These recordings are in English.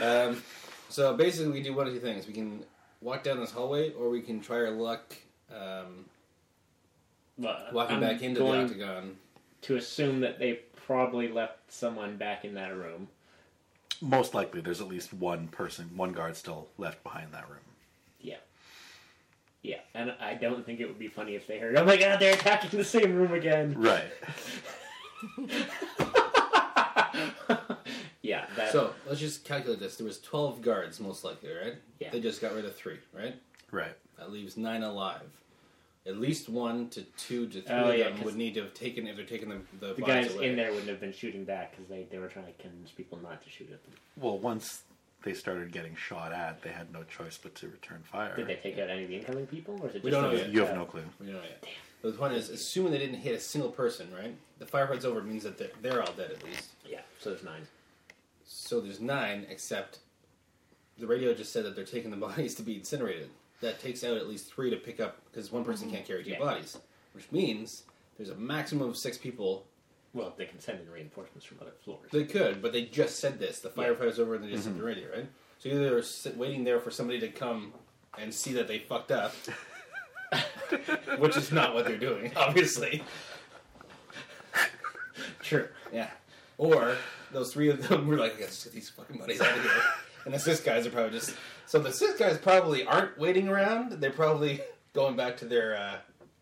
Um, so basically, we do one of two things: we can walk down this hallway, or we can try our luck um, Well, walking I'm back into the going octagon. to assume that they probably left someone back in that room. most likely there's at least one person, one guard still left behind that room. Yeah. Yeah, and I don't think it would be funny if they heard, "Oh my God, they're attacking the same room again." Right. Yeah, that, So let's just calculate this: there was twelve guards, most likely, right? Yeah. They just got rid of three, right? Right. That leaves nine alive. At least one to two to three Oh, of yeah, them 'cause- would need to have taken if they're taking the the, the bodies guys away. in there wouldn't have been shooting back because they, they were trying to convince people not to shoot at them. Well, once they started getting shot at, they had no choice but to return fire. Did they take out any of the incoming people, or is it just Uh, We don't know those- yet. You have no clue. We don't know yet. But the point is, assuming they didn't hit a single person, right? The fire fire's over means that they're, they're all dead at least. Yeah, so there's nine. So there's nine, except the radio just said that they're taking the bodies to be incinerated. That takes out at least three to pick up because one person can't carry two Mm-hmm. Yeah. bodies, which means there's a maximum of six people. Well, they can send in reinforcements from other floors. They could, but they just said this. The Yeah. firefighters over and they just said the radio, right? So either they're sit- waiting there for somebody to come and see that they fucked up, which is not what they're doing, obviously. True. Yeah. Or those three of them were like, I gotta just get these fucking buddies out of here. and the cis guys are probably just. So the cis guys probably aren't waiting around. They're probably going back to their. Uh...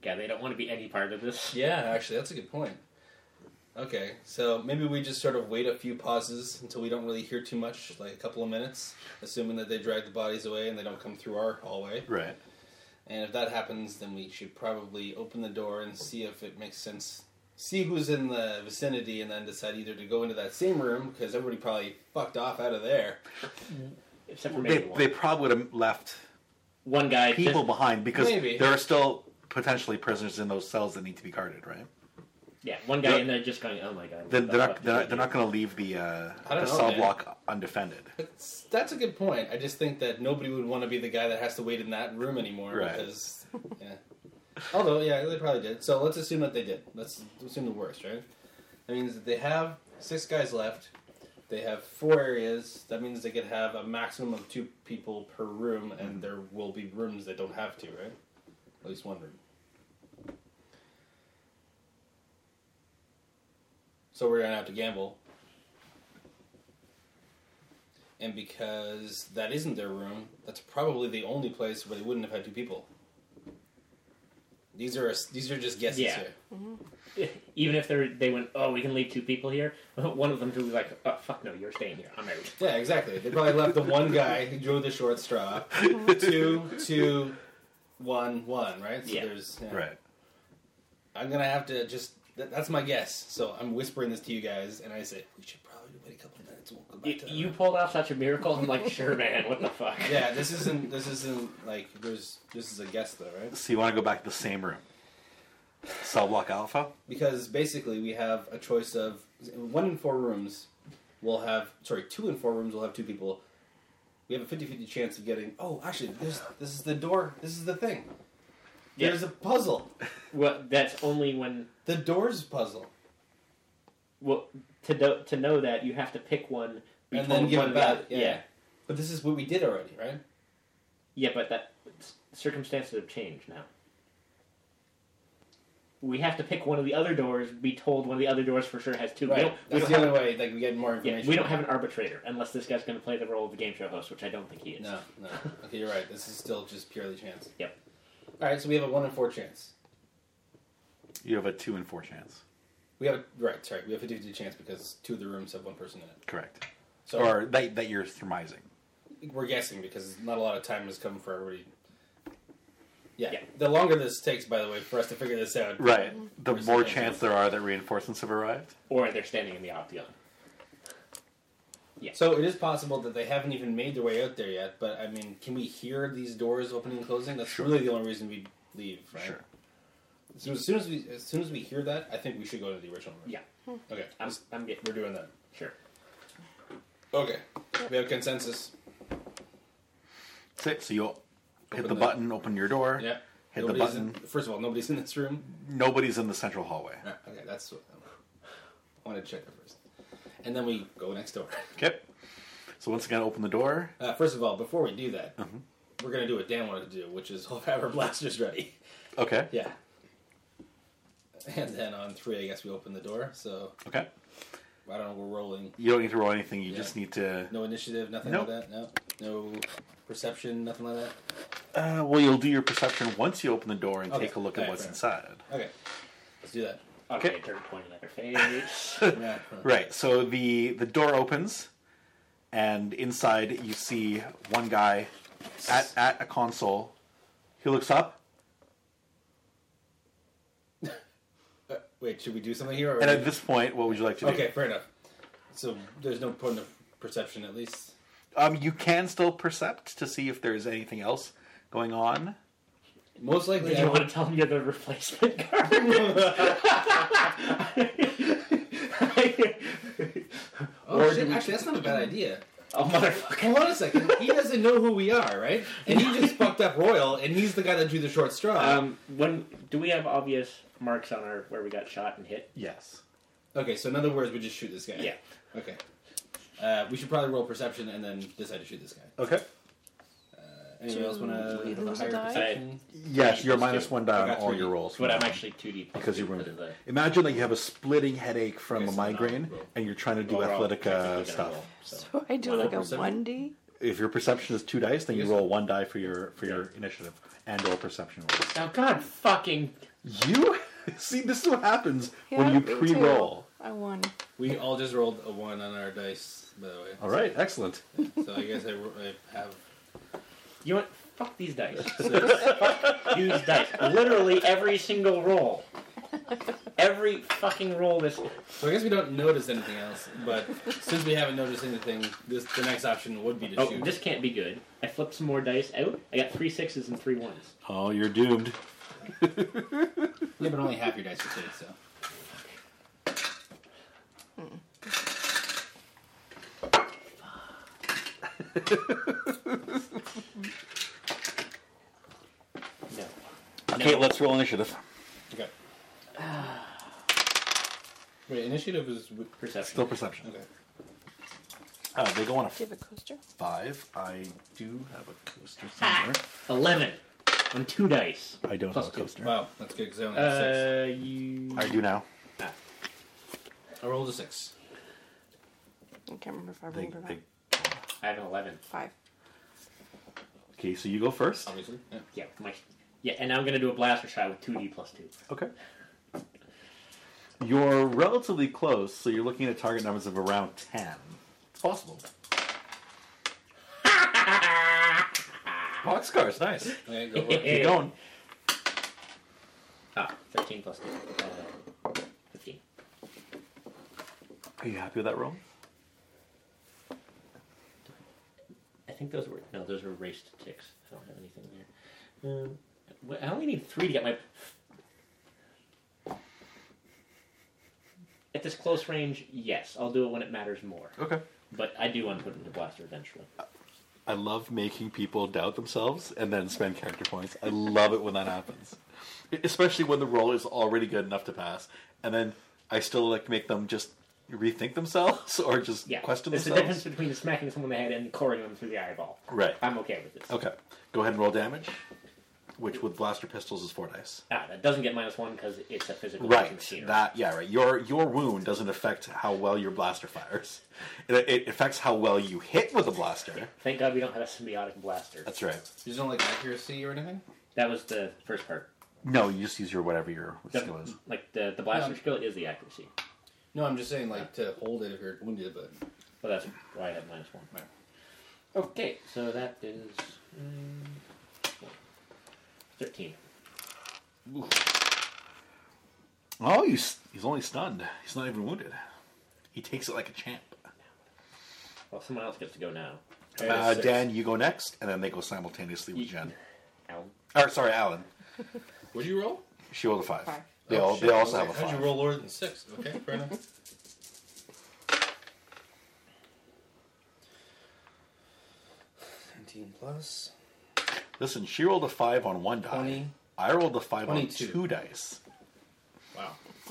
Yeah, they don't want to be any part of this. Yeah, actually, that's a good point. Okay, so maybe we just sort of wait a few pauses until we don't really hear too much, like a couple of minutes, assuming that they drag the bodies away and they don't come through our hallway. Right. And if that happens, then we should probably open the door and see if it makes sense. See who's in the vicinity, and then decide either to go into that same room because everybody probably fucked off out of there. Except for maybe They, one. they probably would have left one guy. people just- behind because Maybe. there are still potentially prisoners in those cells that need to be guarded, right? yeah, one guy They're- in there just going, "Oh my God." what They're, the they're fuck not did they they're, do?" not- they're not going to leave the uh, I don't the know, cell man. block undefended. That's, that's a good point. I just think that nobody would want to be the guy that has to wait in that room anymore Right. because, yeah. Although, yeah, they probably did. So let's assume that they did. Let's assume the worst, right? That means that they have six guys left. They have four areas. That means they could have a maximum of two people per room, and there will be rooms that don't have to, right? At least one room. So we're gonna have to gamble. And because that isn't their room, that's probably the only place where they wouldn't have had two people. These are these are just guesses Yeah. here. even if they're, they went, oh, we can leave two people here, one of them would be like, oh, fuck no, you're staying here. I'm out. Yeah, exactly. They probably left the one guy who drew the short straw. two, two, one, one. Right. So Yeah. There's, yeah. Right. I'm gonna have to just. That, that's my guess. So I'm whispering this to you guys, and I say we should probably wait a couple of minutes. We'll go back You, to that you room." pulled off such a miracle. I'm like, sure, man, what the fuck? Yeah, this isn't. This isn't like. There's. This is a guess, though, right? So you want to go back to the same room? Cell block alpha. Because basically, we have a choice of one in four rooms. We'll have sorry, two in four rooms. We'll have two people. We have a 50-50 chance of getting. Oh, actually, there's, this is the door. This is the thing. Yeah. There's a puzzle. Well, that's only when, The doors puzzle, well, to, do, to know that, you have to pick one. and then give it one of the back. other- Yeah. yeah. But this is what we did already, right? Yeah, but that circumstances have changed now. We have to pick one of the other doors, be told one of the other doors for sure has two. We Right. don't, we That's don't the have, only way. Like we get more yeah, information. we don't have an arbitrator unless this guy's going to play the role of the game show host, which I don't think he is. No, no. Okay, you're right. This is still just purely chance. Yep. All right, so we have a one in four chance. You have a two and four chance. We have a right. Sorry, we have a 50-50 chance because two of the rooms have one person in it. Correct. So Or that that you're surmising. we're guessing because not a lot of time has come for everybody. Yeah. Yeah. The longer this takes, by the way, for us to figure this out. Right. The Where's more the- chance there are that reinforcements have arrived. Or they're standing in the Opteon. So it is possible that they haven't even made their way out there yet. But I mean, can we hear these doors opening and closing? That's Sure. really the only reason we leave, right? Sure. So as soon as we as soon as we hear that, I think we should go to the original room. Yeah. Okay. I'm, let's- I'm getting We're doing that. sure. Okay. We have consensus. Six. So you hit Open the the- button, open your door. Yeah. Hit the Nobody's button. In, first of all, nobody's in this room. Nobody's in the central hallway. Yeah, okay, that's what I wanted to check that first. And then we go next door. Okay. So once again, open the door. Uh, first of all, before we do that, Mm-hmm. we're going to do what Dan wanted to do, which is have our blasters ready. Okay. Yeah. And then on three, I guess we open the door. So Okay. I don't know, we're rolling. You don't need to roll anything. You Yeah. just need to. No initiative, nothing Nope. like that. No, no perception, nothing like that. Uh, well, you'll do your perception once you open the door and Okay. take a look Alright, at what's fair. inside. Okay, let's do that. Okay, Okay. turn point in their face. Yeah. Right. So the the door opens, and inside you see one guy at at a console. He looks up, Uh, wait, should we do something here? Or and at this point, what would you like to do? okay, fair enough. So there's no point of perception, at least. Um, you can still percept to see if there's anything else going on. Most likely, Did I you would- want to tell me you're the replacement guard? Oh, Or shit, do we- actually, that's not a bad idea. oh, motherfucker. Hold on a second. He doesn't know who we are, right? And he just fucked up Royal, and he's the guy that drew the short straw. Um, when do we have obvious marks on our where we got shot and hit? Yes. okay, so in other words, we just shoot this guy. Yeah. Okay. Uh, we should probably roll perception and then decide to shoot this guy. Okay. Anybody else want Do we to lose a higher die? perception? Yes, you're Plus minus two. one die I on got all three. your rolls. But Uh, I'm actually two D because you ruined ruined it. The, Imagine that you have a splitting headache from Okay, a so now migraine, roll. and you're trying to do Well, we're all athletic technically uh, gonna stuff. roll, so. So I do One like a percent. 1D? If your perception is two dice, then you Yes. roll one die for your for your initiative and or perception roll. Now, Oh, God fucking. You see, this is what happens when Yeah, you me too. pre-roll. I won. We all just rolled a one on our dice, by the way. All right, excellent. So I guess I, ro- I have. You want fuck these dice. Fuck Use dice. Literally every single roll. Every fucking roll. This. oh, So I guess we don't notice anything else, but since we haven't noticed anything, this the next option would be to Oh, shoot. this can't be good. I flipped some more dice out. I got three sixes and three ones. Oh, you're doomed. Yeah, but only half your dice are good, so. No. Okay, No. let's roll initiative. Okay. Wait, initiative is. w- Perception. Still perception. Okay. Uh, they go on a Do you have a coaster? five. I do have a coaster somewhere. Eleven on two dice. I don't Plus have a two. coaster. Wow, that's good because I only have six. Uh, you. I do now. Uh, I rolled a six. I can't remember if I They- remember that. they- I have an eleven. Five. okay, so you go first. Obviously. Yeah. Yeah, my. Yeah, and I'm gonna do a blaster shot with two D plus two. Okay. You're relatively close, so you're looking at target numbers of around 10. It's possible. Boxcars, nice. Okay, go for it. Keep going. Ah, thirteen plus two. Uh, Fifteen. Are you happy with that roll? I think those were no, those were raced ticks. I don't have anything there. Um, wh- I only need three to get my. At this close range, yes, I'll do it when it matters more. Okay. But I do want to put it into blaster eventually. Uh, I love making people doubt themselves and then spend character points. I love it when that happens. E, Especially when the roll is already good enough to pass, and then I still like make them just rethink themselves or just Yeah, question there's a themselves. difference between smacking someone in the head and coring them through the eyeball. Right. I'm okay with this. Okay. Go ahead and roll damage, which with blaster pistols is four dice. Ah, that doesn't get minus one because it's a physical Right. machine. That yeah. Right. Your your wound doesn't affect how well your blaster fires. It, it affects how well you hit with the blaster. Thank God we don't have a symbiotic blaster. That's right. You don't like accuracy or anything? That was the first part. No, you just use your whatever your The- skill is. like the, the blaster No. skill is the accuracy. No, I'm just saying, like, to hold it if you're wounded, but. But that's why I have minus one. Right. Okay, so that is. Um, mm, Thirteen. Oh, he's he's only stunned. He's not even wounded. He takes it like a champ. Well, someone else gets to go now. Uh, Dan, you go next, and then they go simultaneously with Ye- Jen. Ow. Or sorry, Alan. Would you roll? She rolled a five. Five. They all they Oh, Shit, also how'd have a you- five. How'd you roll lower than six? Okay, fair enough. Seventeen plus Listen, she rolled a five on one die. Twenty. I rolled a five Twenty-two. on two dice. Wow.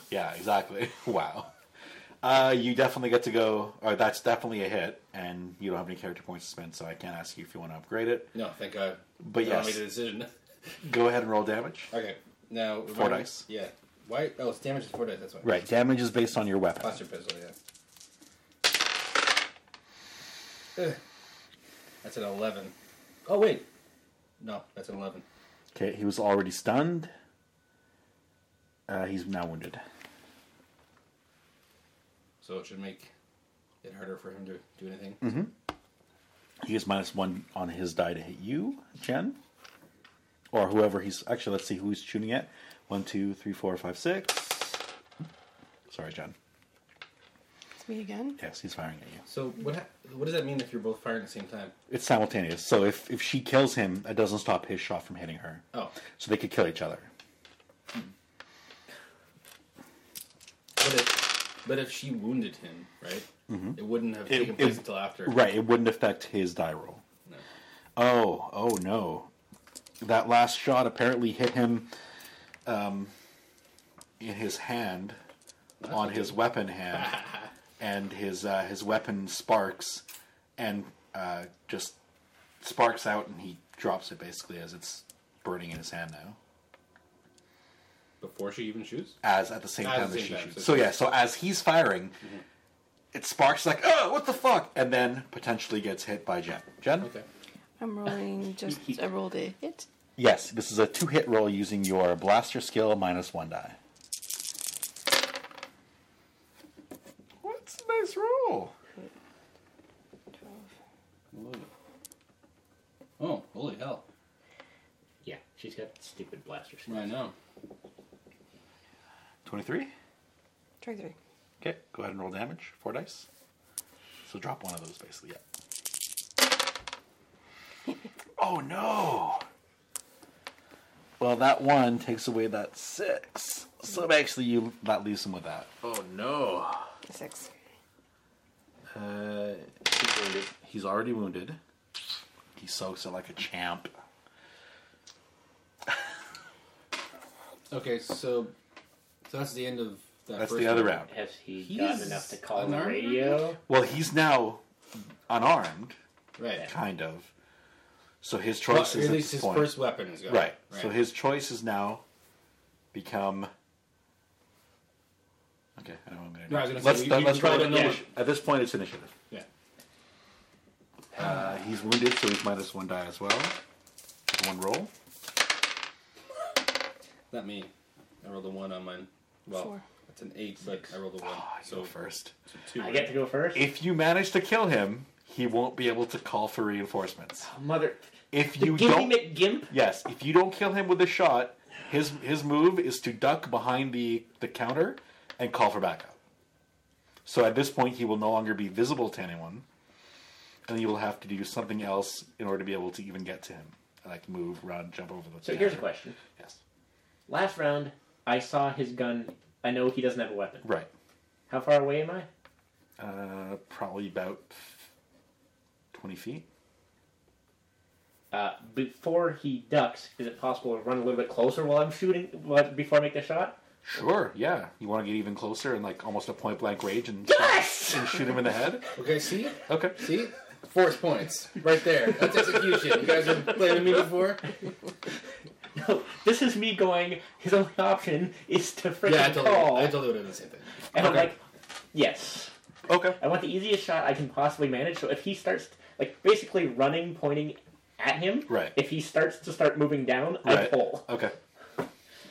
Yeah, exactly. wow. Uh, you definitely get to go, or that's definitely a hit, and you don't have any character points to spend, so I can't ask you if you want to upgrade it. No, thank God. But I yes. made a decision. Go ahead and roll damage. Okay, now Four remember- dice. Yeah. Why? Oh, it's damage is four dice. That's why. Right, damage is based on your weapon. Blaster pistol. Yeah. Ugh. That's an eleven. Oh wait. No, that's an eleven. Okay, he was already stunned. Uh, he's now wounded. So it should make it harder for him to do anything. Mm-hmm. He gets minus one on his die to hit you, Jen. Or whoever he's. Actually, let's see who he's shooting at. One, two, three, four, five, six. Sorry, Jen. It's me again. Yes, he's firing at you. So what? Ha- what does that mean if you're both firing at the same time? It's simultaneous. So if, if she kills him, it doesn't stop his shot from hitting her. Oh, So they could kill each other. but if but if she wounded him, right? It wouldn't have Mm-hmm. It- taken place it- until after. Right, it wouldn't affect his die roll. No. Oh, oh no. That last shot apparently hit him um, in his hand, on his weapon hand, and his uh, his weapon sparks and uh, just sparks out, and he drops it basically as it's burning in his hand now. Before she even shoots. As at the same At the time as same she time, shoots. so- Mm-hmm. So yeah, so as he's firing, it sparks like, oh, what the fuck, and then potentially gets hit by Jen. Jen. Okay. I'm rolling just I rolled a hit. Yes, this is a two hit roll using your blaster skill minus one die. What's a nice roll? Twelve. Oh, holy hell! Yeah, she's got stupid blasters. I know. 23. Twenty-three. Okay, go ahead and roll damage. Four dice. So drop one of those basically, yeah. oh no! Well, that one takes away that six. So actually, you that leaves him with that. Oh no. A six. Uh, he's already wounded. He soaks it like a champ. Okay, so so that's the end of that. That's first the other round. round. Has he He's gotten enough to call the unarmed? radio? Well, he's now unarmed, Right. kind of. So his Well, choice or is at at least his this point. first weapon is gone. right. So his choice is now become. Okay, I know what I'm going to do. No, I was gonna say, let's you- let- you let's probably roll don't know initi- At this point, it's initiative. Yeah. Uh, he's wounded, so he's minus one die as well. One roll. Not me. I rolled a one on mine. Well, Four. that's an eight, but I rolled a one. Ah, you so go first. so two. I right? get to go first. If you manage to kill him, he won't be able to call for reinforcements. Mother, If the you Gimpy don't, McGimp. yes, if you don't kill him with a shot, his his move is to duck behind the the counter and call for backup. So at this point, he will no longer be visible to anyone, and you will have to do something else in order to be able to even get to him, like move, run, jump over the. So here's a counter. question. Yes, Last round, I saw his gun. I know he doesn't have a weapon. right. How far away am I? Uh, probably about twenty feet. Uh, before he ducks, is it possible to run a little bit closer while I'm shooting while- before I make the shot? Sure. Yeah, you want to get even closer and like almost a point blank rage and Yes. and shoot him in the head. Okay, see? Okay. See? Force points. Right there. That's execution. You guys have played with me before? No, this is me going. His only option is to freaking Yeah, I totally, call, I totally would have done the same thing. and I'm Okay. like, yes. Okay. I want the easiest shot I can possibly manage. So if he starts, like, basically running, pointing at him, Right. if he starts to start moving down, I Right. pull. Okay.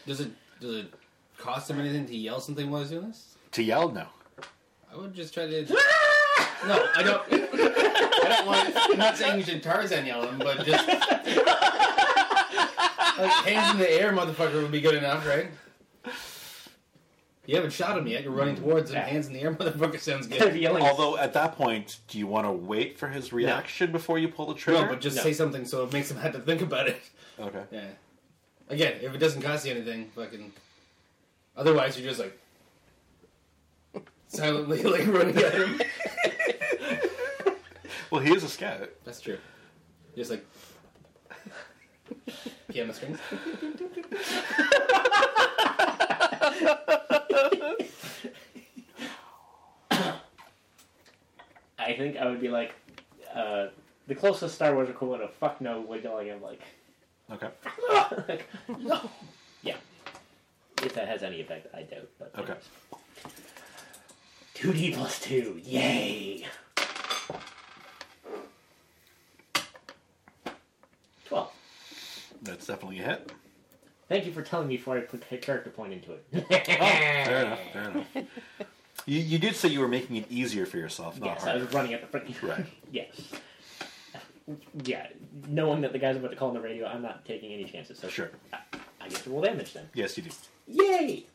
Does it, does it cost him anything to yell something while he's doing this? To yell, no. I would just try to. No, I don't. I don't want. I'm not saying you should Tarzan yell him, but just. Like, hands in the air, motherfucker, would be good enough, right? You haven't shot him yet. You're running towards him. Yeah. Hands in the air, motherfucker, sounds Instead of good. yelling, Although at that point, do you want to wait for his reaction before you pull the trigger? No, but just No. say something so it makes him have to think about it. okay. Yeah. Again, if it doesn't cost you anything, fucking. Otherwise, you're just like silently like running at him. Well, he is a scout. That's true. You're just like piano strings. I think I would be like, uh, the closest Star Wars equivalent of fuck no wiggling and like, Okay. like, no. Yeah. If that has any effect, I doubt. But Okay. 2D plus 2. Yay! 12. That's definitely a hit. Thank you for telling me before I put a character point into it. Fair enough. Fair enough. You, you did say you were making it easier for yourself, not yes, I harder. was running at the front. Right. yes. Yeah, knowing that the guy's about to call on the radio, I'm not taking any chances. So Sure. I, I get to roll damage then. Yes, you do. Yay!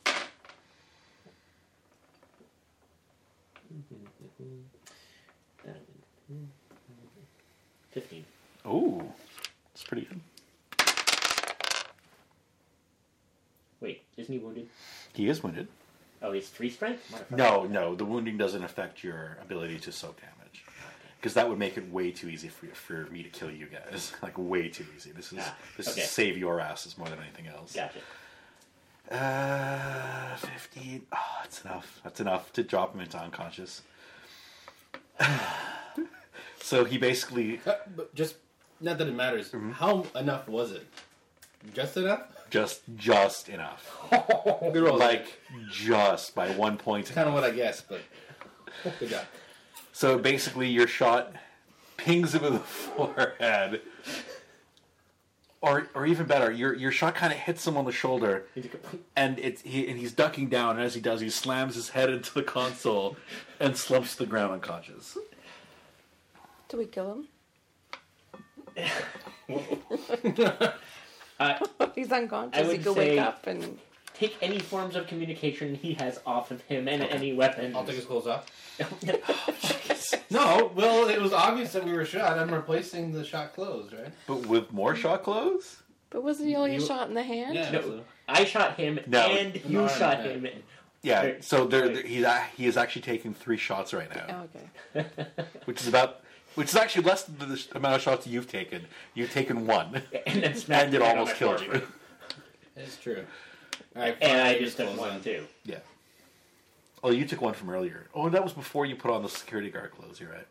Fifteen. Oh, it's pretty good. Wait, isn't he wounded? He is wounded. Oh, he's three strength. Motherfucker. No, no, the wounding doesn't affect your ability to soak damage. Because that would make it way too easy for, for me to kill you guys. Like, way too easy. This is, Ah, this okay. is save your asses more than anything else. Gotcha. Uh, 15. Oh, that's enough. That's enough to drop him into unconscious. so he basically Uh, but just not that it matters. How enough was it? Just enough. just, just enough. Good roll. Like, just by one point. kind of what I guessed, but good job. So basically, your shot pings him in the forehead, or or even better, your your shot kind of hits him on the shoulder, He's like, and it's he and he's ducking down, and as he does, he slams his head into the console and slumps to the ground unconscious. Do we kill him? Uh, He's unconscious. He would could say- wake up and take any forms of communication he has off of him and any weapon. I'll take his clothes off. Jeez. No, well, it was obvious that we were shot. I'm replacing the shot clothes, right? but with more shot clothes, But wasn't he only You- shot in the hand? Yeah. no, I shot him No. and you No, I shot don't him. yeah. Right. So there, Right. he's a- he is actually taking three shots right Oh, now, okay. which is about which is actually less than the sh- amount of shots you've taken. You've taken one, And then smacked and it him right on almost my killed forehead. you. It's true. All right, And fine, I his just took clothes one on. too. Yeah. Oh, you took one from earlier. Oh, that was before you put on the security guard clothes. You're right.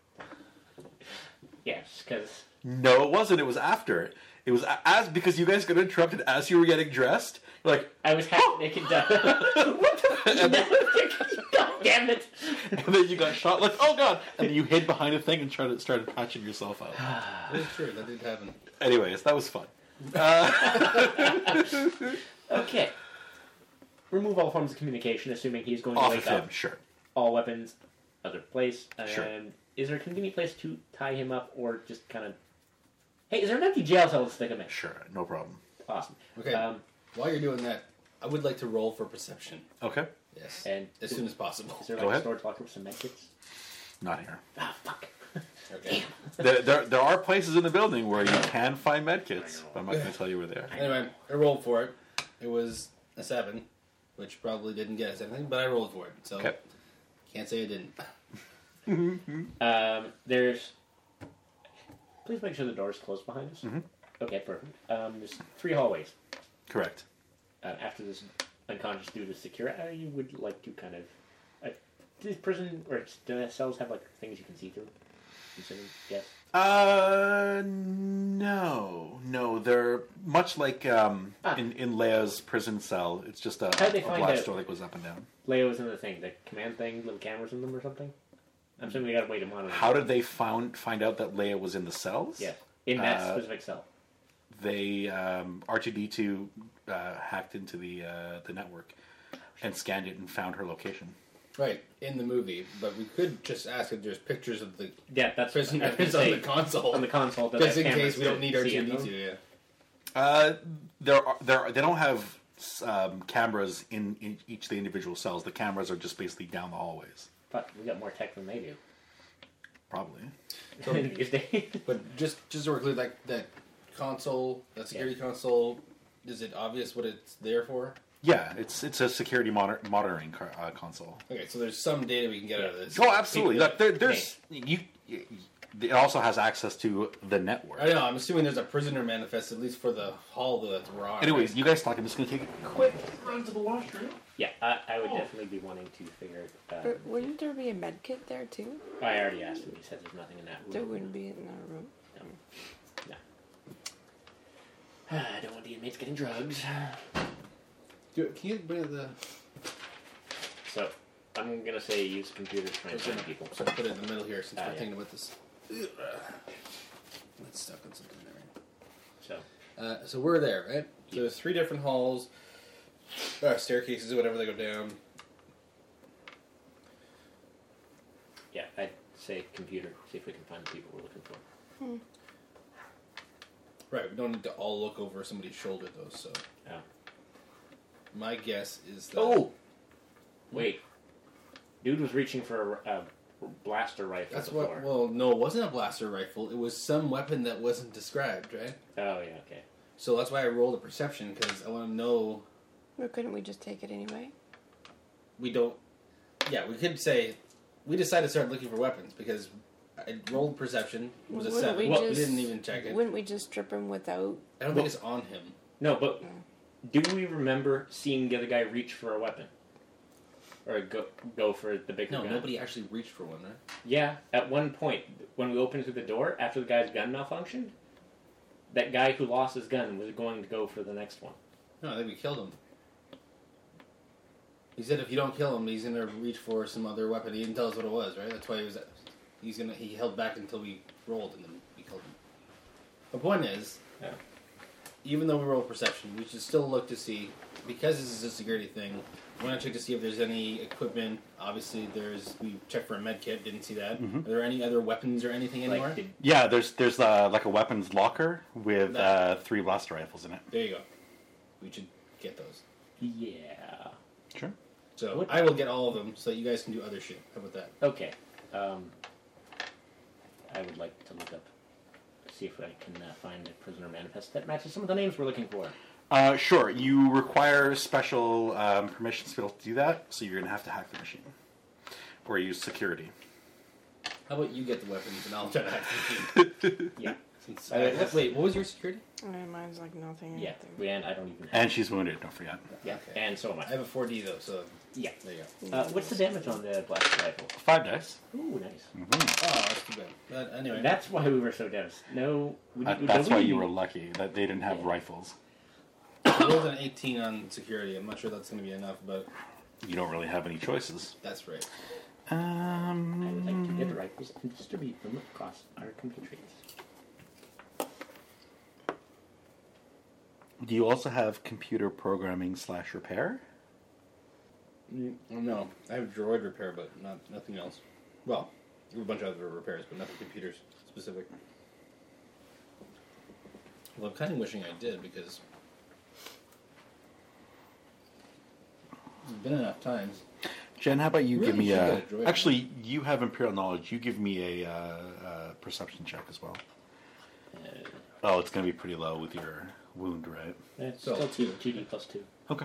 Yes, because No, it wasn't. It was after. It was a- as because you guys got interrupted as you were getting dressed. You're Like, I was half naked. what the? God damn it! and then you got shot. Like, oh god! And then you hid behind a thing and tried to started patching yourself up. It's true. That did happen. Anyways, that was fun. Okay. Remove all forms of communication, assuming he's going to Off wake of him, up. sure. All weapons, other place. And Sure. is there a convenient place to tie him up, or just kind of? Hey, is there an empty jail cell to stick him in? Sure, no problem. Awesome. Okay. Um, While you're doing that, I would like to roll for perception. Okay, Yes. and as soon as possible. is there Go like a ahead. storage locker with some medkits? not here. Ah, fuck. Okay. There, there, there are places in the building where you can find medkits, but I'm not going to tell you where they are. Anyway, I rolled for it. It was a seven, which probably didn't get us anything, but I rolled for it, so Okay. can't say I didn't. Um, there's. Please make sure the door is closed behind us. Okay, perfect. Um, there's three hallways. Correct. uh, after this unconscious dude is secure, I would like to kind of. Uh, does prison or do cells have like things you can see through? Considering, yes. Uh, no, no. They're much like um, Ah. in in Leia's prison cell. It's just a, How'd they a find blast out? door that goes up and down. Leo was in the thing, the command thing, little cameras in them or something. I'm assuming they got a way to monitor. How did they found find out that Leia was in the cells? Yeah, in that Uh, specific cell. They um, R two D two hacked into the uh, the network and scanned it and found her location. Right, in the movie, but we could just ask if there's pictures of the Yeah, that's prison I was gonna records on say, the console. on the console. that just has in cameras case we to don't need see in them. R2D2, yeah. Uh, there are there are, they don't have um, cameras in, in each of the individual cells. The cameras are just basically down the hallways, Fuck, we got more tech than they do. probably. if they But just just to include like that console, that security console, is it obvious what it's there for? Yeah, it's it's a security monitor, monitoring car, uh, console. Okay, so there's some data we can get out of this. Oh, absolutely. Like, there, there's you, you. It also has access to the network. I don't know. I'm assuming there's a prisoner manifest at least for the hall that we're on. Anyways, you guys talk. I'm just gonna take a quick run to the washroom. Yeah, I, I would definitely be wanting to figure. Uh, But wouldn't there be a med kit there too? I already asked him. He said there's nothing in that room. There wouldn't be in that room. No. no. I don't want the inmates getting drugs. Do- can you bring the So I'm gonna say use computers to try and find people. Sorry, put it in the middle here since Ah, we're yeah. thinking about this. That's stuck on something there. So right? Uh, so we're there, right? So there's three different halls, uh, staircases, whatever they go down. yeah, I'd say computer. See if we can find the people we're looking for. Right, we don't need to all look over somebody's shoulder though. So Oh. my guess is that Oh. Wait. Dude was reaching for a, a blaster rifle. that's before. what. Well, no, it wasn't a blaster rifle. It was some weapon that wasn't described, right? Oh yeah. Okay. So that's why I rolled a perception because I want to know Or couldn't we just take it anyway? we don't. Yeah, we could say we decided to start looking for weapons because I rolled perception it was a Wouldn't seven. we We, just- didn't even check it. Wouldn't we just strip him without? I don't Well- think it's on him. No, but do we remember seeing the other guy reach for a weapon? Or go go for the bigger No, gun? nobody actually reached for one, right? Yeah, at one point, when we opened through the door, after the guy's gun malfunctioned, that guy who lost his gun was going to go for the next one. No, I think we killed him. He said if you don't kill him, he's gonna reach for some other weapon. He didn't tell us what it was, right? That's why he was. He's gonna. He held back until we rolled, and then we killed him. The point is, Yeah. even though we roll perception, we should still look to see because this is a security thing. We want to check to see if there's any equipment. Obviously, there's. We checked for a med kit. Didn't see that. Are there any other weapons or anything anywhere? Mm-hmm. Like, did, Yeah, there's there's uh, like a weapons locker with No. uh, three blaster rifles in it. there you go. We should get those. yeah. Sure. So What- I will get all of them so that you guys can do other shit. How about that? Okay. Um, I would like to look up, see if I can uh, find a prisoner manifest that matches some of the names we're looking for. Uh, sure. You require special um, permissions to be able to do that, so you're gonna have to hack the machine or use security. How about you get the weapons and I'll try to hack the machine? Yeah. Since I- Uh, let's- wait, what was your security? Uh, mine's like nothing. Yeah. There. And I don't even have. And she's wounded. Don't forget. Yeah. Okay. And so am I I. have a 4D though, so Yeah. there you go. Uh, what's the damage on the blaster rifle? Five dice. Ooh, nice. Oh, that's too bad. But anyway, That's why we were so dense. No, we, That- we- that's why we- you were lucky that they didn't have Yeah. rifles. I rolled an 18 on security. I'm not sure that's going to be enough, but You don't really have any choices. that's right. I would like to Um, get the rifles and distribute them across our computer do you also have computer programming slash repair? Mm, No, I have droid repair, but not nothing else. Well, a bunch of other repairs, but nothing computers specific. Well, I'm kind of wishing I did because it's been enough times. Jen, how about you Really give me should a? get a droid. Actually, you have imperial knowledge. You give me a uh, uh, perception check as well. Uh, Oh, it's gonna be pretty low with your wound, right? That's So, still two, two. two D plus two. Okay.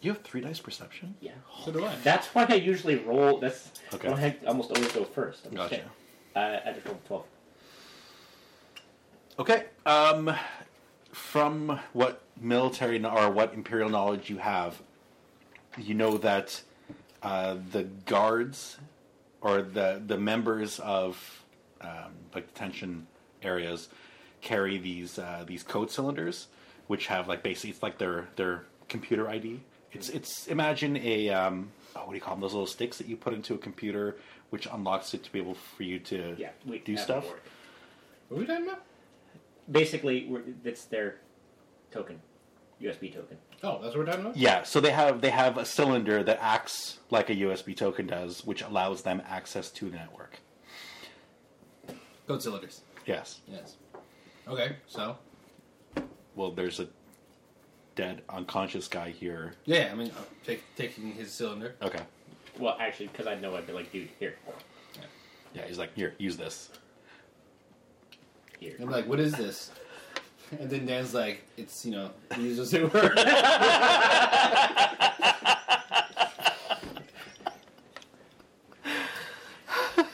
You have three dice perception. Yeah. So do I. That's why I usually roll. That's Okay. why I almost always go first. I'm Gotcha. scared. Uh, I just rolled twelve. Okay. Um, from what military kno- or what imperial knowledge you have, you know that uh, the guards or the the members of um, like detention areas carry these uh, these code cylinders, which have like basically it's like their their computer ID. It's it's imagine a um, oh, what do you call them? Those little sticks that you put into a computer, which unlocks it to be able for you to Yeah. We do that would stuff. work. What are we talking about? Basically, we're, that's their token, USB token. Oh, that's what we're talking about. Yeah, so they have they have a cylinder that acts like a USB token does, which allows them access to the network. Code cylinders. Yes. Yes. Okay, so well, there's a dead, unconscious guy here. Yeah, I mean, uh, take, taking his cylinder. Okay. Well, actually, because I know I'd be like, dude, here, Yeah, he's like, here, use this. here. I'm like, what is this? And then Dan's like, it's, you know, use as it were.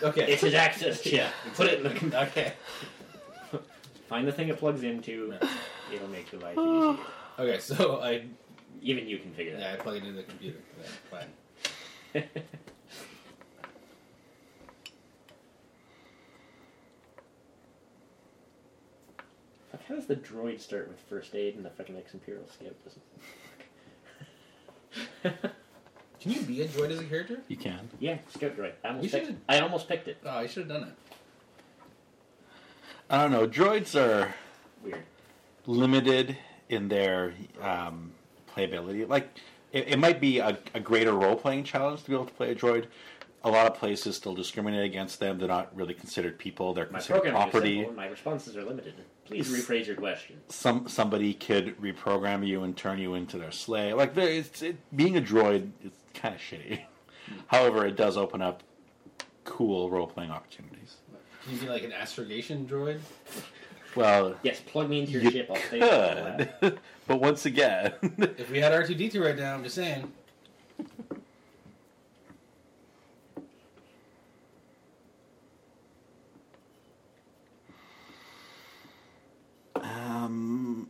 okay. It's his access chip. Put it in the. Okay. Find the thing it plugs into. It'll make your life easier. Okay, so I Even you can figure yeah, that. I plug it into the computer. Yeah, fine. out. Fuck, How does the droid start with first aid and the fucking ex-imperial skip? doesn't- Can you be a droid as a character? You can. yeah, skip droid. I almost, You picked, should've- I almost picked it. Oh, I should have done it. I don't know. Droids are Weird. limited in their um, playability. Like, it, it might be a, a greater role playing challenge to be able to play a droid. A lot of places still discriminate against them. They're not really considered people. They're My considered program is property. simple and my responses are limited. Please rephrase your question. Some somebody could reprogram you and turn you into their slave. Like, there, it's, it, being a droid is kind of shitty. Hmm. However, it does open up cool role playing opportunities. Can you be like an astrogation droid? Well, Yes, plug me into your you ship. I'll stay could, there. but once again, If we had R2D2 right now, I'm just saying. Um,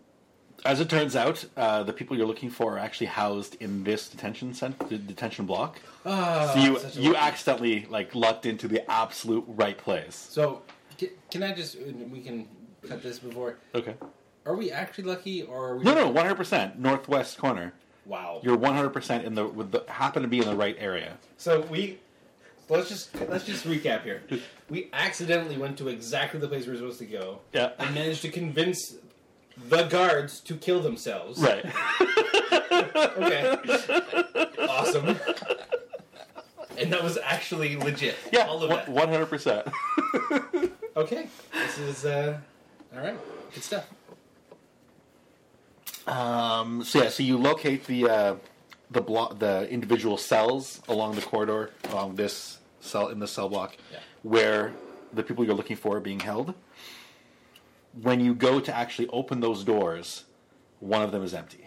as it turns out, uh, the people you're looking for are actually housed in this detention center, the detention block. Oh, so you such a you waste. accidentally like lucked into the absolute right place. So, ca- can I just we can cut this before? Okay. Are we actually lucky, or are we? No, no, one hundred percent northwest corner. Wow. You're one hundred percent in the with the happen to be in the right area. So we let's just let's just recap here. We accidentally went to exactly the place we were supposed to go, Yeah. and managed to convince the guards to kill themselves. Right. Okay. awesome. And that was actually legit. Yeah. All of that. One hundred percent. Okay. This is uh, all right. Good stuff. Um, so yeah, so you locate the uh, the block, the individual cells along the corridor, along this cell in the cell block, Yeah. where the people you're looking for are being held. When you go to actually open those doors, one of them is empty.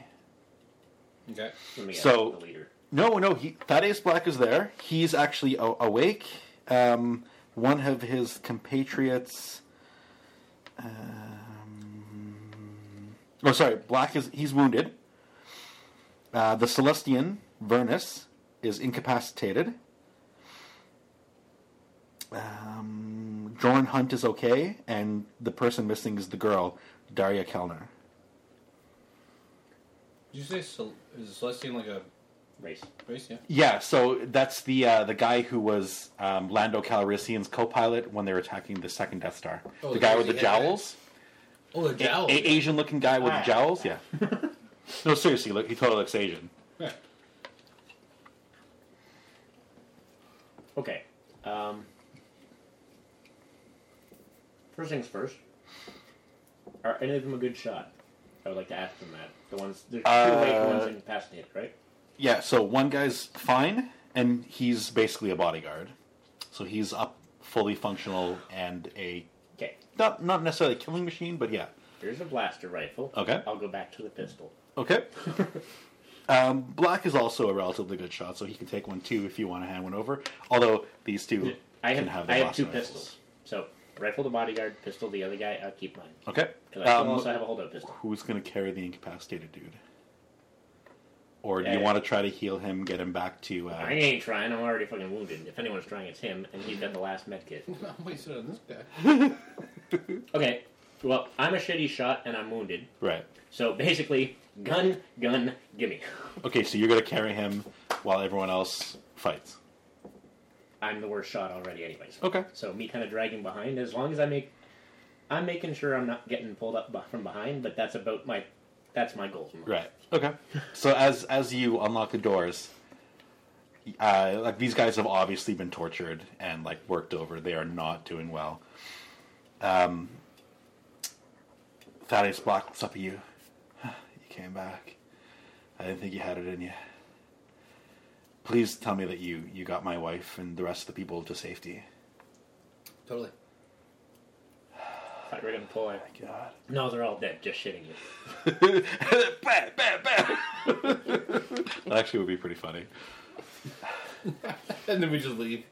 Okay. Let me ask So- the leader. No, no, he, Thaddeus Black is there. He's actually a- awake. Um, one of his compatriots. Um, oh, sorry, Black is he's wounded. Uh, the Celestian Vernus is incapacitated. Um, Jorn Hunt is okay, and the person missing is the girl, Daria Kellner. Did you say Cel- is Celestine like a Race. race? Yeah. Yeah, so that's the uh, the guy who was um, Lando Calrissian's co-pilot when they were attacking the second Death Star. Oh, the the guy guy with the with the head jowls, Oh, a jowl. A- Asian-looking guy with the Ah. jowls. Yeah. no, seriously, look, he totally looks Asian. Yeah. Okay. Um, first things first. Are any of them a good shot? I would like to ask them that. The ones, there's two Uh, awake, one's incapacitated, right? Yeah, so one guy's fine, and he's basically a bodyguard, so he's up, fully functional, and a Okay. not not necessarily a killing machine, but yeah. Here's a blaster rifle. Okay. I'll go back to the pistol. Okay. Um, Black is also a relatively good shot, so he can take one too if you want to hand one over. Although these two I can have, have the I have blaster two rifles. pistols. So, rifle the bodyguard, pistol the other guy. I'll keep mine. Okay. 'Cause I still Um, also have a holdout pistol. Who's going to carry the incapacitated dude? Or do Yeah, you yeah. want to try to heal him, get him back to? Uh... I ain't trying. I'm already fucking wounded. If anyone's trying, it's him, and he's got the last med kit. Wait, so this guy. Okay. Well, I'm a shitty shot, and I'm wounded. Right. So basically, gun, gun, gimme. Okay, so you're going to carry him while everyone else fights. I'm the worst shot already, anyways. Okay. So me kind of dragging behind. As long as I make, I'm making sure I'm not getting pulled up beh- from behind. But that's about my, that's my goal. Right. Okay. So as as you unlock the doors, uh, like these guys have obviously been tortured and like worked over. They are not doing well. Um, Thaddeus Black looks up at you. came back. I didn't think you had it in you. Please tell me that you you got my wife and the rest of the people to safety. Totally. Thought you were gonna pull it. My God. No, they're all dead. Just shitting you. bam, bam, bam. that actually would be pretty funny. And then we just leave.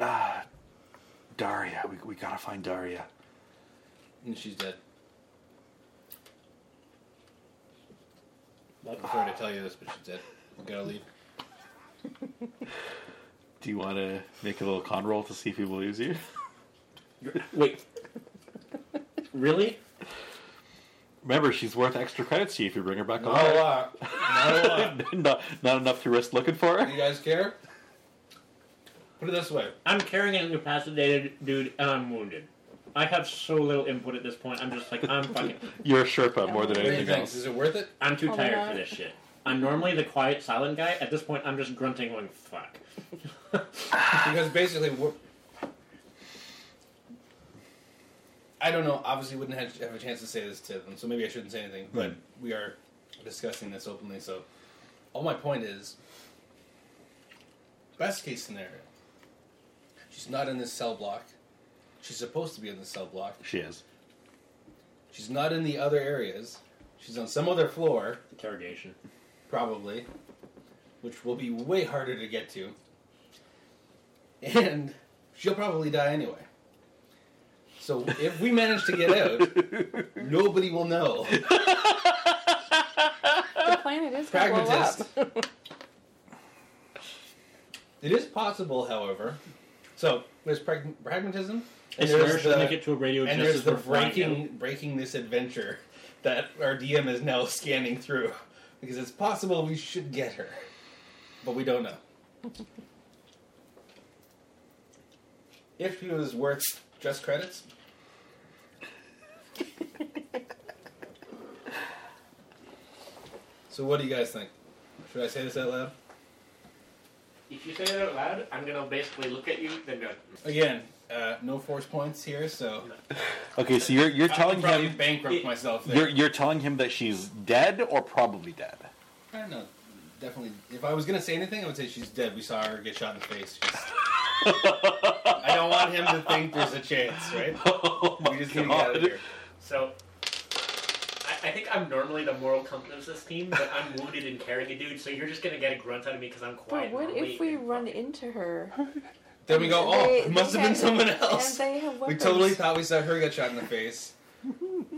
Ah, Daria. We, we gotta find Daria. And she's dead. What? I'm sorry to tell you this, but she's dead. We gotta leave. Do you want to make a little con roll to see if he believes you? Wait. really? Remember, she's worth extra credits to you if you bring her back Not a alive. lot. Not a lot. not, not enough to risk looking for You her. guys care? Put it this way. I'm carrying an incapacitated dude, and I'm wounded. I have so little input at this point. I'm just like I'm fucking. You're a Sherpa more than What What do you anything think? else. Is it worth it? I'm too Oh my tired God. for this shit. I'm normally the quiet, silent guy. At this point, I'm just grunting, going fuck. Because basically, we're... I don't know. Obviously, wouldn't have, have a chance to say this to them, so maybe I shouldn't say anything. But Hmm. we are discussing this openly, so all my point is, best case scenario, she's not in this cell block. She's supposed to be in the cell block. She is. She's not in the other areas. She's on some other floor. Interrogation. probably, which will be way harder to get to. And she'll probably die anyway. So if we manage to get out, nobody will know. The planet is going to blow up. It is possible, however. So there's prag- pragmatism, and Listeners there's should make the, it to a radio and just there's as the we're flying out. breaking breaking this adventure that our DM is now scanning through because it's possible we should get her, but we don't know. if he was worth just credits, so what do you guys think? Should I say this out loud? If you say it out loud, I'm gonna basically look at you, then go. Again, uh, no force points here, so Okay, so you're you're I telling could probably him bankrupt it- myself. There. you're you're telling him that she's dead or probably dead. I don't know. Definitely, if I was gonna say anything, I would say she's dead. We saw her get shot in the face. She's- I don't want him to think there's a chance, right? oh We just need to get out of here. So, I, I think I'm normally the moral compass of this team, but I'm wounded and carrying a dude, so you're just gonna get a grunt out of me because I'm But quiet. what normally if we and run fucking- into her? Then we go. Oh, They- it must they have been had- someone And else. they have We weapons. totally thought we saw her get shot in the face.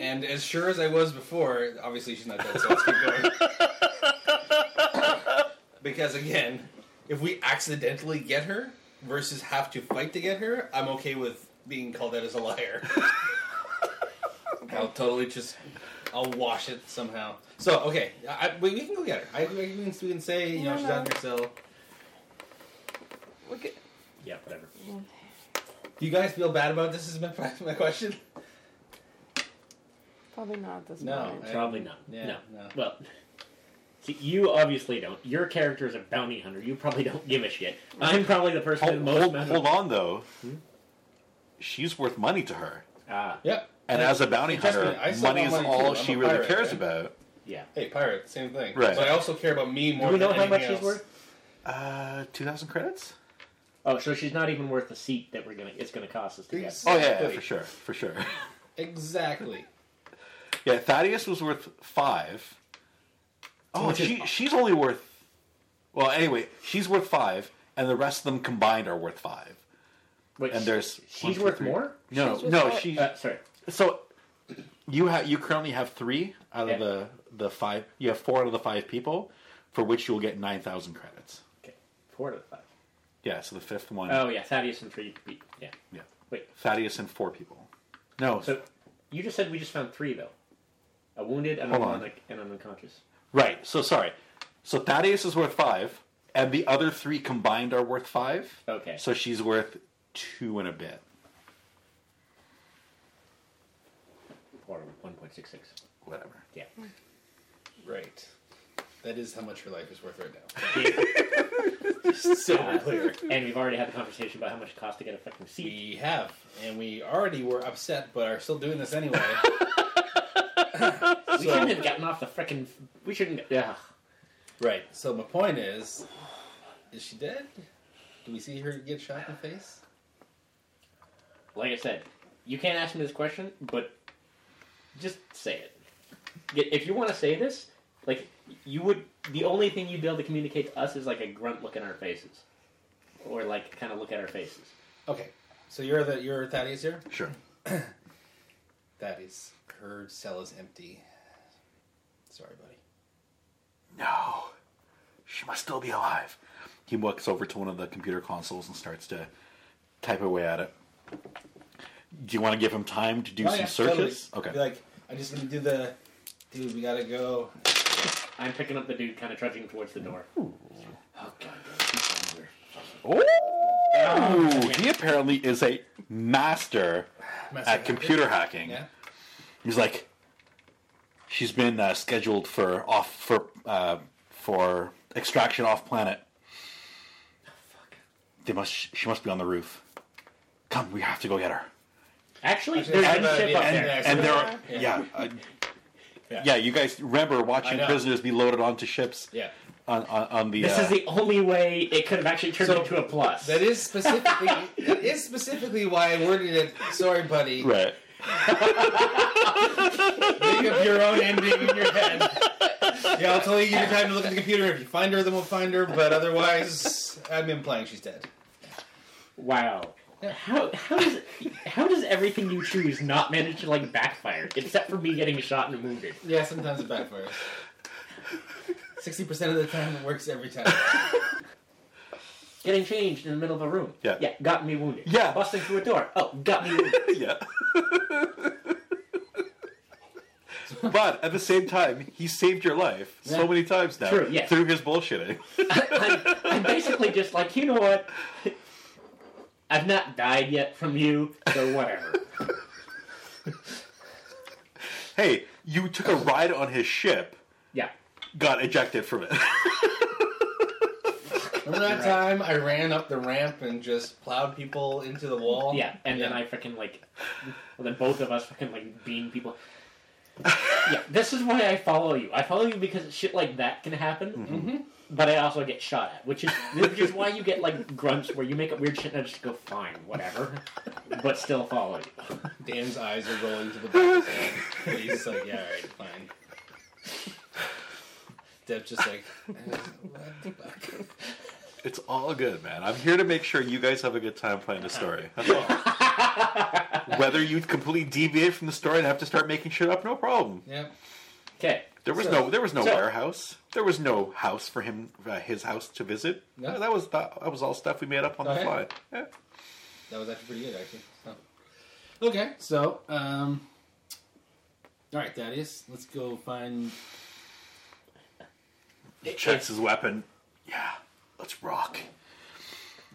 And as sure as I was before, obviously she's not dead, so let's keep going. because again, if we accidentally get her versus have to fight to get her, I'm okay with being called out as a liar. I'll totally just, I'll wash it somehow. So okay, I, we, we can go get her. I, we, can, we can say you know No, she's out no. in her cell. We could- Yeah, whatever. Do you guys feel bad about this? Is my, my question? Probably not at this No, point. I- Probably not. yeah, no. no. Well, see, you obviously don't. Your character is a bounty hunter. You probably don't give a shit. I'm probably the person with Hold, the most Oh amount hold, hold of- on though. She's worth money to her, Ah, Yep. and as a bounty Hey, trust hunter, me, I still money want is money, too. all I'm she a really pirate, cares right? about. yeah. Hey, pirate, same thing. Right. But I also care about me more Do we than know how much anything she's else. worth? Uh, two thousand credits. Oh, so she's not even worth the seat that we're gonna. It's gonna cost us to get. Ex- Oh yeah, yeah, Wait. for sure, for sure. Exactly. Yeah, Thaddeus was worth five. Oh, much is- she she's only worth. Well, anyway, she's worth five, and the rest of them combined are worth five. Wait, And she- there's one, she's two, worth three. more. No, She's worth no, five. she. Uh, sorry. so you have you currently have three out Yeah. of the the five. You have four out of the five people, for which you'll get nine thousand credits. Okay, four out of five. Yeah, so the fifth one. Oh yeah, Thaddeus and three. pe- Yeah. Yeah, Wait. Thaddeus and four people. No, So you just said we just found three though. A wounded and, a Hold on. un- and an unconscious. right. So sorry. So Thaddeus is worth five, and the other three combined are worth five. Okay. So she's worth two and a bit. Or one point six six. Whatever. Yeah. Right. That is how much her life is worth right now. and Just so we're clear. Uh, we've already had the conversation about how much it costs to get a fucking seat. We have, and we already were upset, but are still doing this anyway. We So- shouldn't have gotten off the frickin'. We shouldn't. Yeah. Right. So my point is, is she dead? Do we see her get shot in the face? Like I said, you can't ask me this question, but just say it. Y- If you want to say this, like you would, the only thing you'd be able to communicate to us is like a grunt look in our faces, or like kind of look at our faces. Okay. So you're the you're Thaddeus here. Sure. Thaddeus, her cell is empty. Sorry, buddy. No, she must still be alive. He walks over to one of the computer consoles and starts to type away at it. Do you want to give him time to do Oh, some yeah, searches? totally. Be Okay. like, I just need to do the. Dude, we gotta go. I'm picking up the dude, kind of trudging towards the door. Oh god, guys, he's somewhere. Oh, he apparently is a master Master at hacker. computer hacking. Yeah. He's like, she's been uh, scheduled for off for uh, for extraction off planet. They must. She must be on the roof. Come, we have to go get her. Actually, Actually, there's I one have ship a- up yeah, there. yeah, and there are Yeah. yeah yeah, uh, Yeah. yeah, you guys remember I watching know. prisoners be loaded onto ships Yeah. on, on, on the This uh, is the only way it could have actually turned So, into a plus. That is specifically that is specifically why I worded it. Sorry, buddy. right Make up your own ending in your head. Yeah, I'll totally give you time to look at the computer. If you find her, then we'll find her. But otherwise, I'm implying she's dead. Wow. How how does how does everything you choose not manage to like backfire, except for me getting shot and wounded? Yeah, sometimes it backfires. Sixty percent of the time, it works every time. Getting changed in the middle of a room. Yeah. Yeah, got me wounded. Yeah. Busting through a door. Oh, got me wounded. yeah. but at the same time, he saved your life Yeah. so many times now True, yes. through his bullshitting. I'm, I'm basically just like, you know what? I've not died yet from you, so whatever. hey, you took a ride on his ship, Yeah. got ejected from it. Remember that time I ran up the ramp and just plowed people into the wall? Yeah. And then I freaking like well, then both of us freaking like beam people. yeah, this is why I follow you. I follow you because shit like that can happen. Mm-hmm. but I also get shot at, which is which is why you get like grunts where you make up weird shit and I just go fine, whatever, but still follow you. Dan's eyes are rolling to the back. of his head. But He's just like, yeah, all right, fine. Deb's just like, what the fuck? it's all good, man. I'm here to make sure you guys have a good time playing the story. That's all. Whether you completely deviate from the story and have to start making shit up, no problem. Yep. Okay, There was So- no there was no so- warehouse. There was no house for him uh, his house to visit. No. No, that was that, that was all stuff we made up on the Okay. fly. Yeah. That was actually pretty good, actually. So. Okay, so um, all right, Thaddeus, let's go find. He checks his weapon. Yeah, let's rock.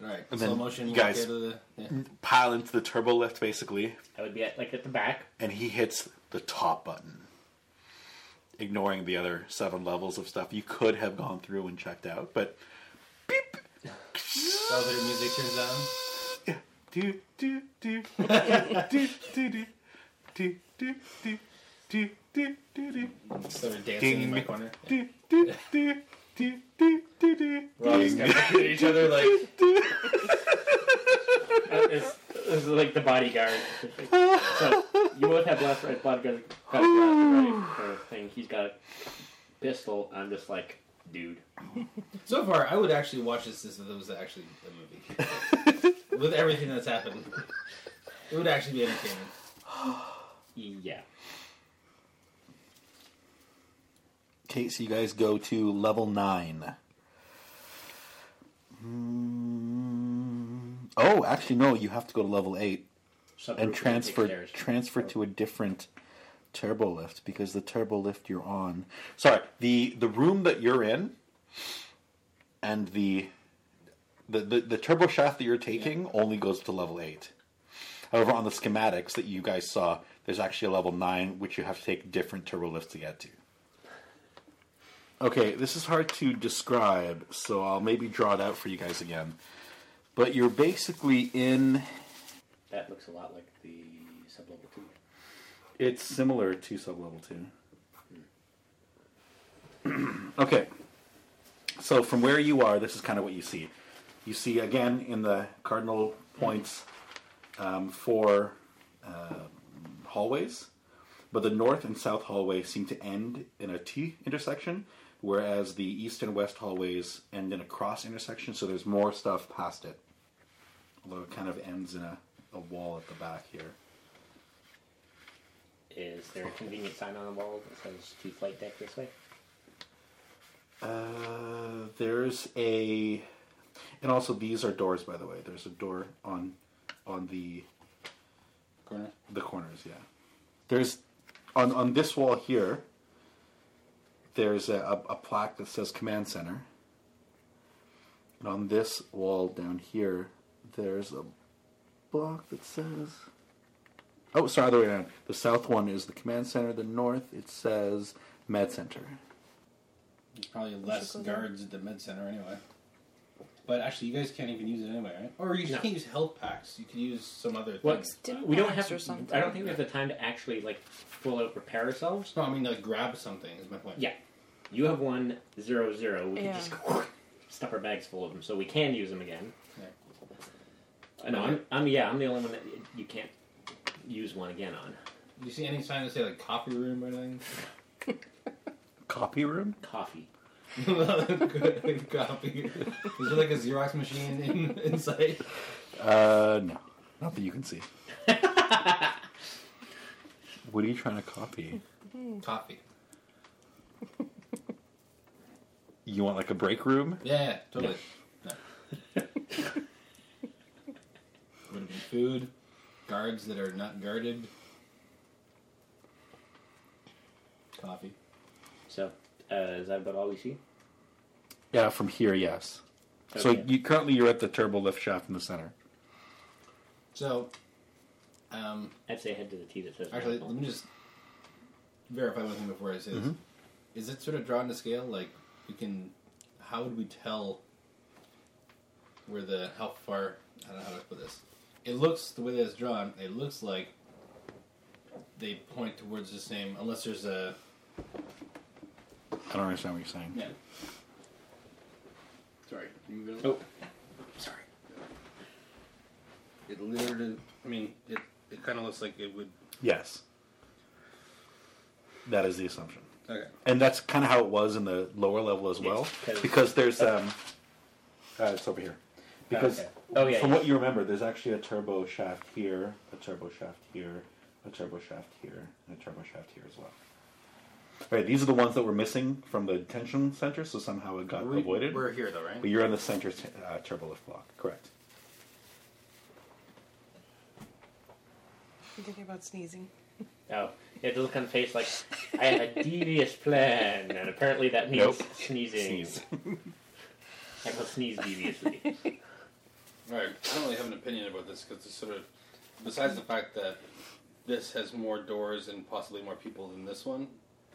All right, And slow then motion. you walk guys- out of the, yeah. Pile into the turbo lift basically, I would be at like at the back. and he hits the top button. Ignoring the other seven levels of stuff you could have gone through and checked out, but elevator music turns on. yeah. Do do do do do do do do do do do do do Started dancing in my ding corner. Yeah. do do do do do do do We're all just kind of looking at each other like, Uh, It's, this is like the bodyguard. So you both have left right bodyguard. Got left right or thing. He's got a pistol. I'm just like, dude. So far, I would actually watch this if it was actually a movie. With everything that's happened, it would actually be entertaining. Yeah. Okay, so you guys go to level nine. Mm, Oh, actually, no. You have to go to level eight and Subgroup transfer upstairs. transfer to a different turbo lift because the turbo lift you're on. Sorry, the the room that you're in and the the the, the turbo shaft that you're taking only goes to level eight. However, on the schematics that you guys saw, there's actually a level nine which you have to take different turbo lifts to get to. Okay, this is hard to describe, so I'll maybe draw it out for you guys again. But you're basically in That looks a lot like the sub level two. It's similar to sublevel two. okay. So from where you are, this is kind of what you see. You see again in the cardinal points um, for uh, hallways, but the north and south hallway seem to end in a T intersection, whereas the east and west hallways end in a cross intersection. So there's more stuff past it, although it kind of ends in a, a wall at the back here. Is there a convenient sign on the wall that says two flight deck this way? Uh, there's a, and also these are doors, by the way. There's a door on, on the Corner. the corners. Yeah, there's on on this wall here. There's a, a, a plaque that says command center. And on this wall down here, there's a block that says. Oh, sorry, other way around. The south one is the command center. The north it says med center. There's probably less go there. guards at the med center anyway. But actually, you guys can't even use it anyway, right? Or you No. can't use health packs. You can use some other thing. What? Stim Um, We don't packs have. or something. I don't think we have the time to actually like full out prepare ourselves. No, I mean like grab something is my point. Yeah, you have one zero zero. We Yeah. can just stuff our bags full of them, so we can use them again. I know. I'm, I'm. Yeah, I'm the only one that you can't use one again on Do you see any sign that say like coffee room or anything? Copy room. coffee. coffee. Is there like a Xerox machine in, inside? Uh, no. Not that you can see. what are you trying to copy? Coffee. You want like a break room? Yeah, yeah totally. No. Would it be food? Guards that are not guarded. Coffee. So, uh, is that about all we see? Yeah, from here, yes. So Okay. you currently you're at the turbo lift shaft in the center. So, um, I'd say head to the T that says. actually, medical. let me just verify one thing before I say this. Is it sort of drawn to scale? Like, we can. How would we tell where the how far? I don't know how to put this. It looks the way that it's drawn. It looks like they point towards the same, unless there's a I don't understand what you're saying. Yeah. Sorry. You gonna... Oh, sorry. It literally. I mean, it. It kind of looks like it would. Yes. That is the assumption. Okay. And that's kind of how it was in the lower level as well. Yes, 'cause- Because there's, um, uh, it's over here. Because okay. Oh, yeah, from yeah. what you remember, there's actually a turbo shaft here, a turbo shaft here, a turbo shaft here, and a turbo shaft here as well. All right, these are the ones that were missing from the detention center, so somehow it got avoided. We're here though, right? But you're on the center t- uh, turbo lift block, correct? I'm thinking about sneezing. oh, you have to look on the face like I have a devious plan, and apparently that means Nope. sneezing. Sneeze. I will sneeze deviously. All right. I don't really have an opinion about this because it's sort of. Besides the fact that this has more doors and possibly more people than this one,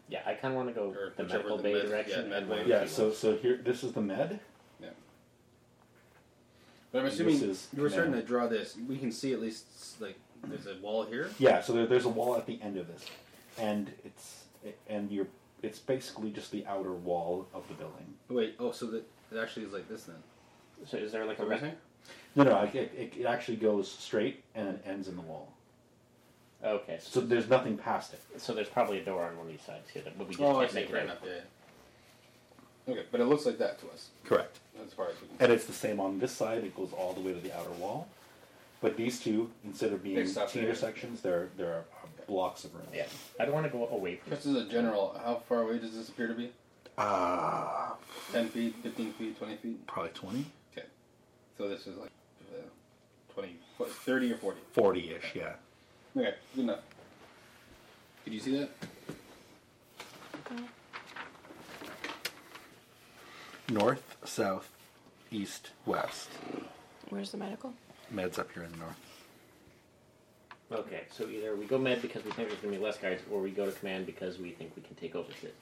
yeah, I kind of want to go Or the whichever medical the bay med- direction. yeah, med and one way. of the Yeah. people. So so here, this is the med. but I'm And assuming this is you were starting now. to draw this. We can see at least like there's a wall here. Yeah. So there, there's a wall at the end of this, and it's and you're it's basically just the outer wall of the building. Wait. Oh, so that it actually is like this then. So is there like a Is that what you're rec- saying? No, no, it, it, it actually goes straight and it ends in the wall. Okay, So so, there's nothing past it. so there's probably a door on one of these sides here that but we just Oh, I can't see. make Fair it. enough. out. Yeah. yeah. Okay, but it looks like that to us, Correct. as far as we can. And it's the same on this side. It goes all the way to the outer wall. But these two, instead of being They stop T there. intersections, they're, they're uh, blocks of room. Yeah, I don't want to go away from. Just as a general, how far away does this appear to be? Uh, 10 feet, 15 feet, 20 feet? probably 20? Okay. So this is like uh, 20, what, 30 or 40. 40 ish, yeah. Okay, good enough. Did you see that? North, south, east, west. Where's the medical? Med's up here in the north. Okay, so either we go med because we think there's gonna be less guys, or we go to command because we think we can take over shit.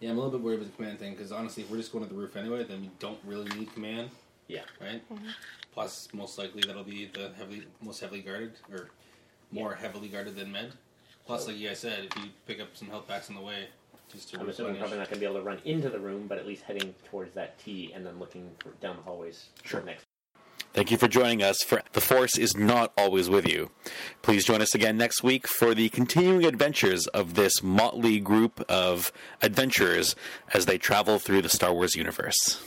Yeah, I'm a little bit worried about the command thing because honestly, if we're just going to the roof anyway, then we don't really need command, Yeah. right? Plus, most likely that'll be the heavily, most heavily guarded or more heavily guarded than med. Plus, like you guys said, if you pick up some health packs on the way, just to I'm assuming I'm replenish. probably not going to be able to run into the room, but at least heading towards that T and then looking for, down the hallways Sure. for the next. Thank you for joining us for The Force is Not Always With You. Please join us again next week for the continuing adventures of this motley group of adventurers as they travel through the Star Wars universe.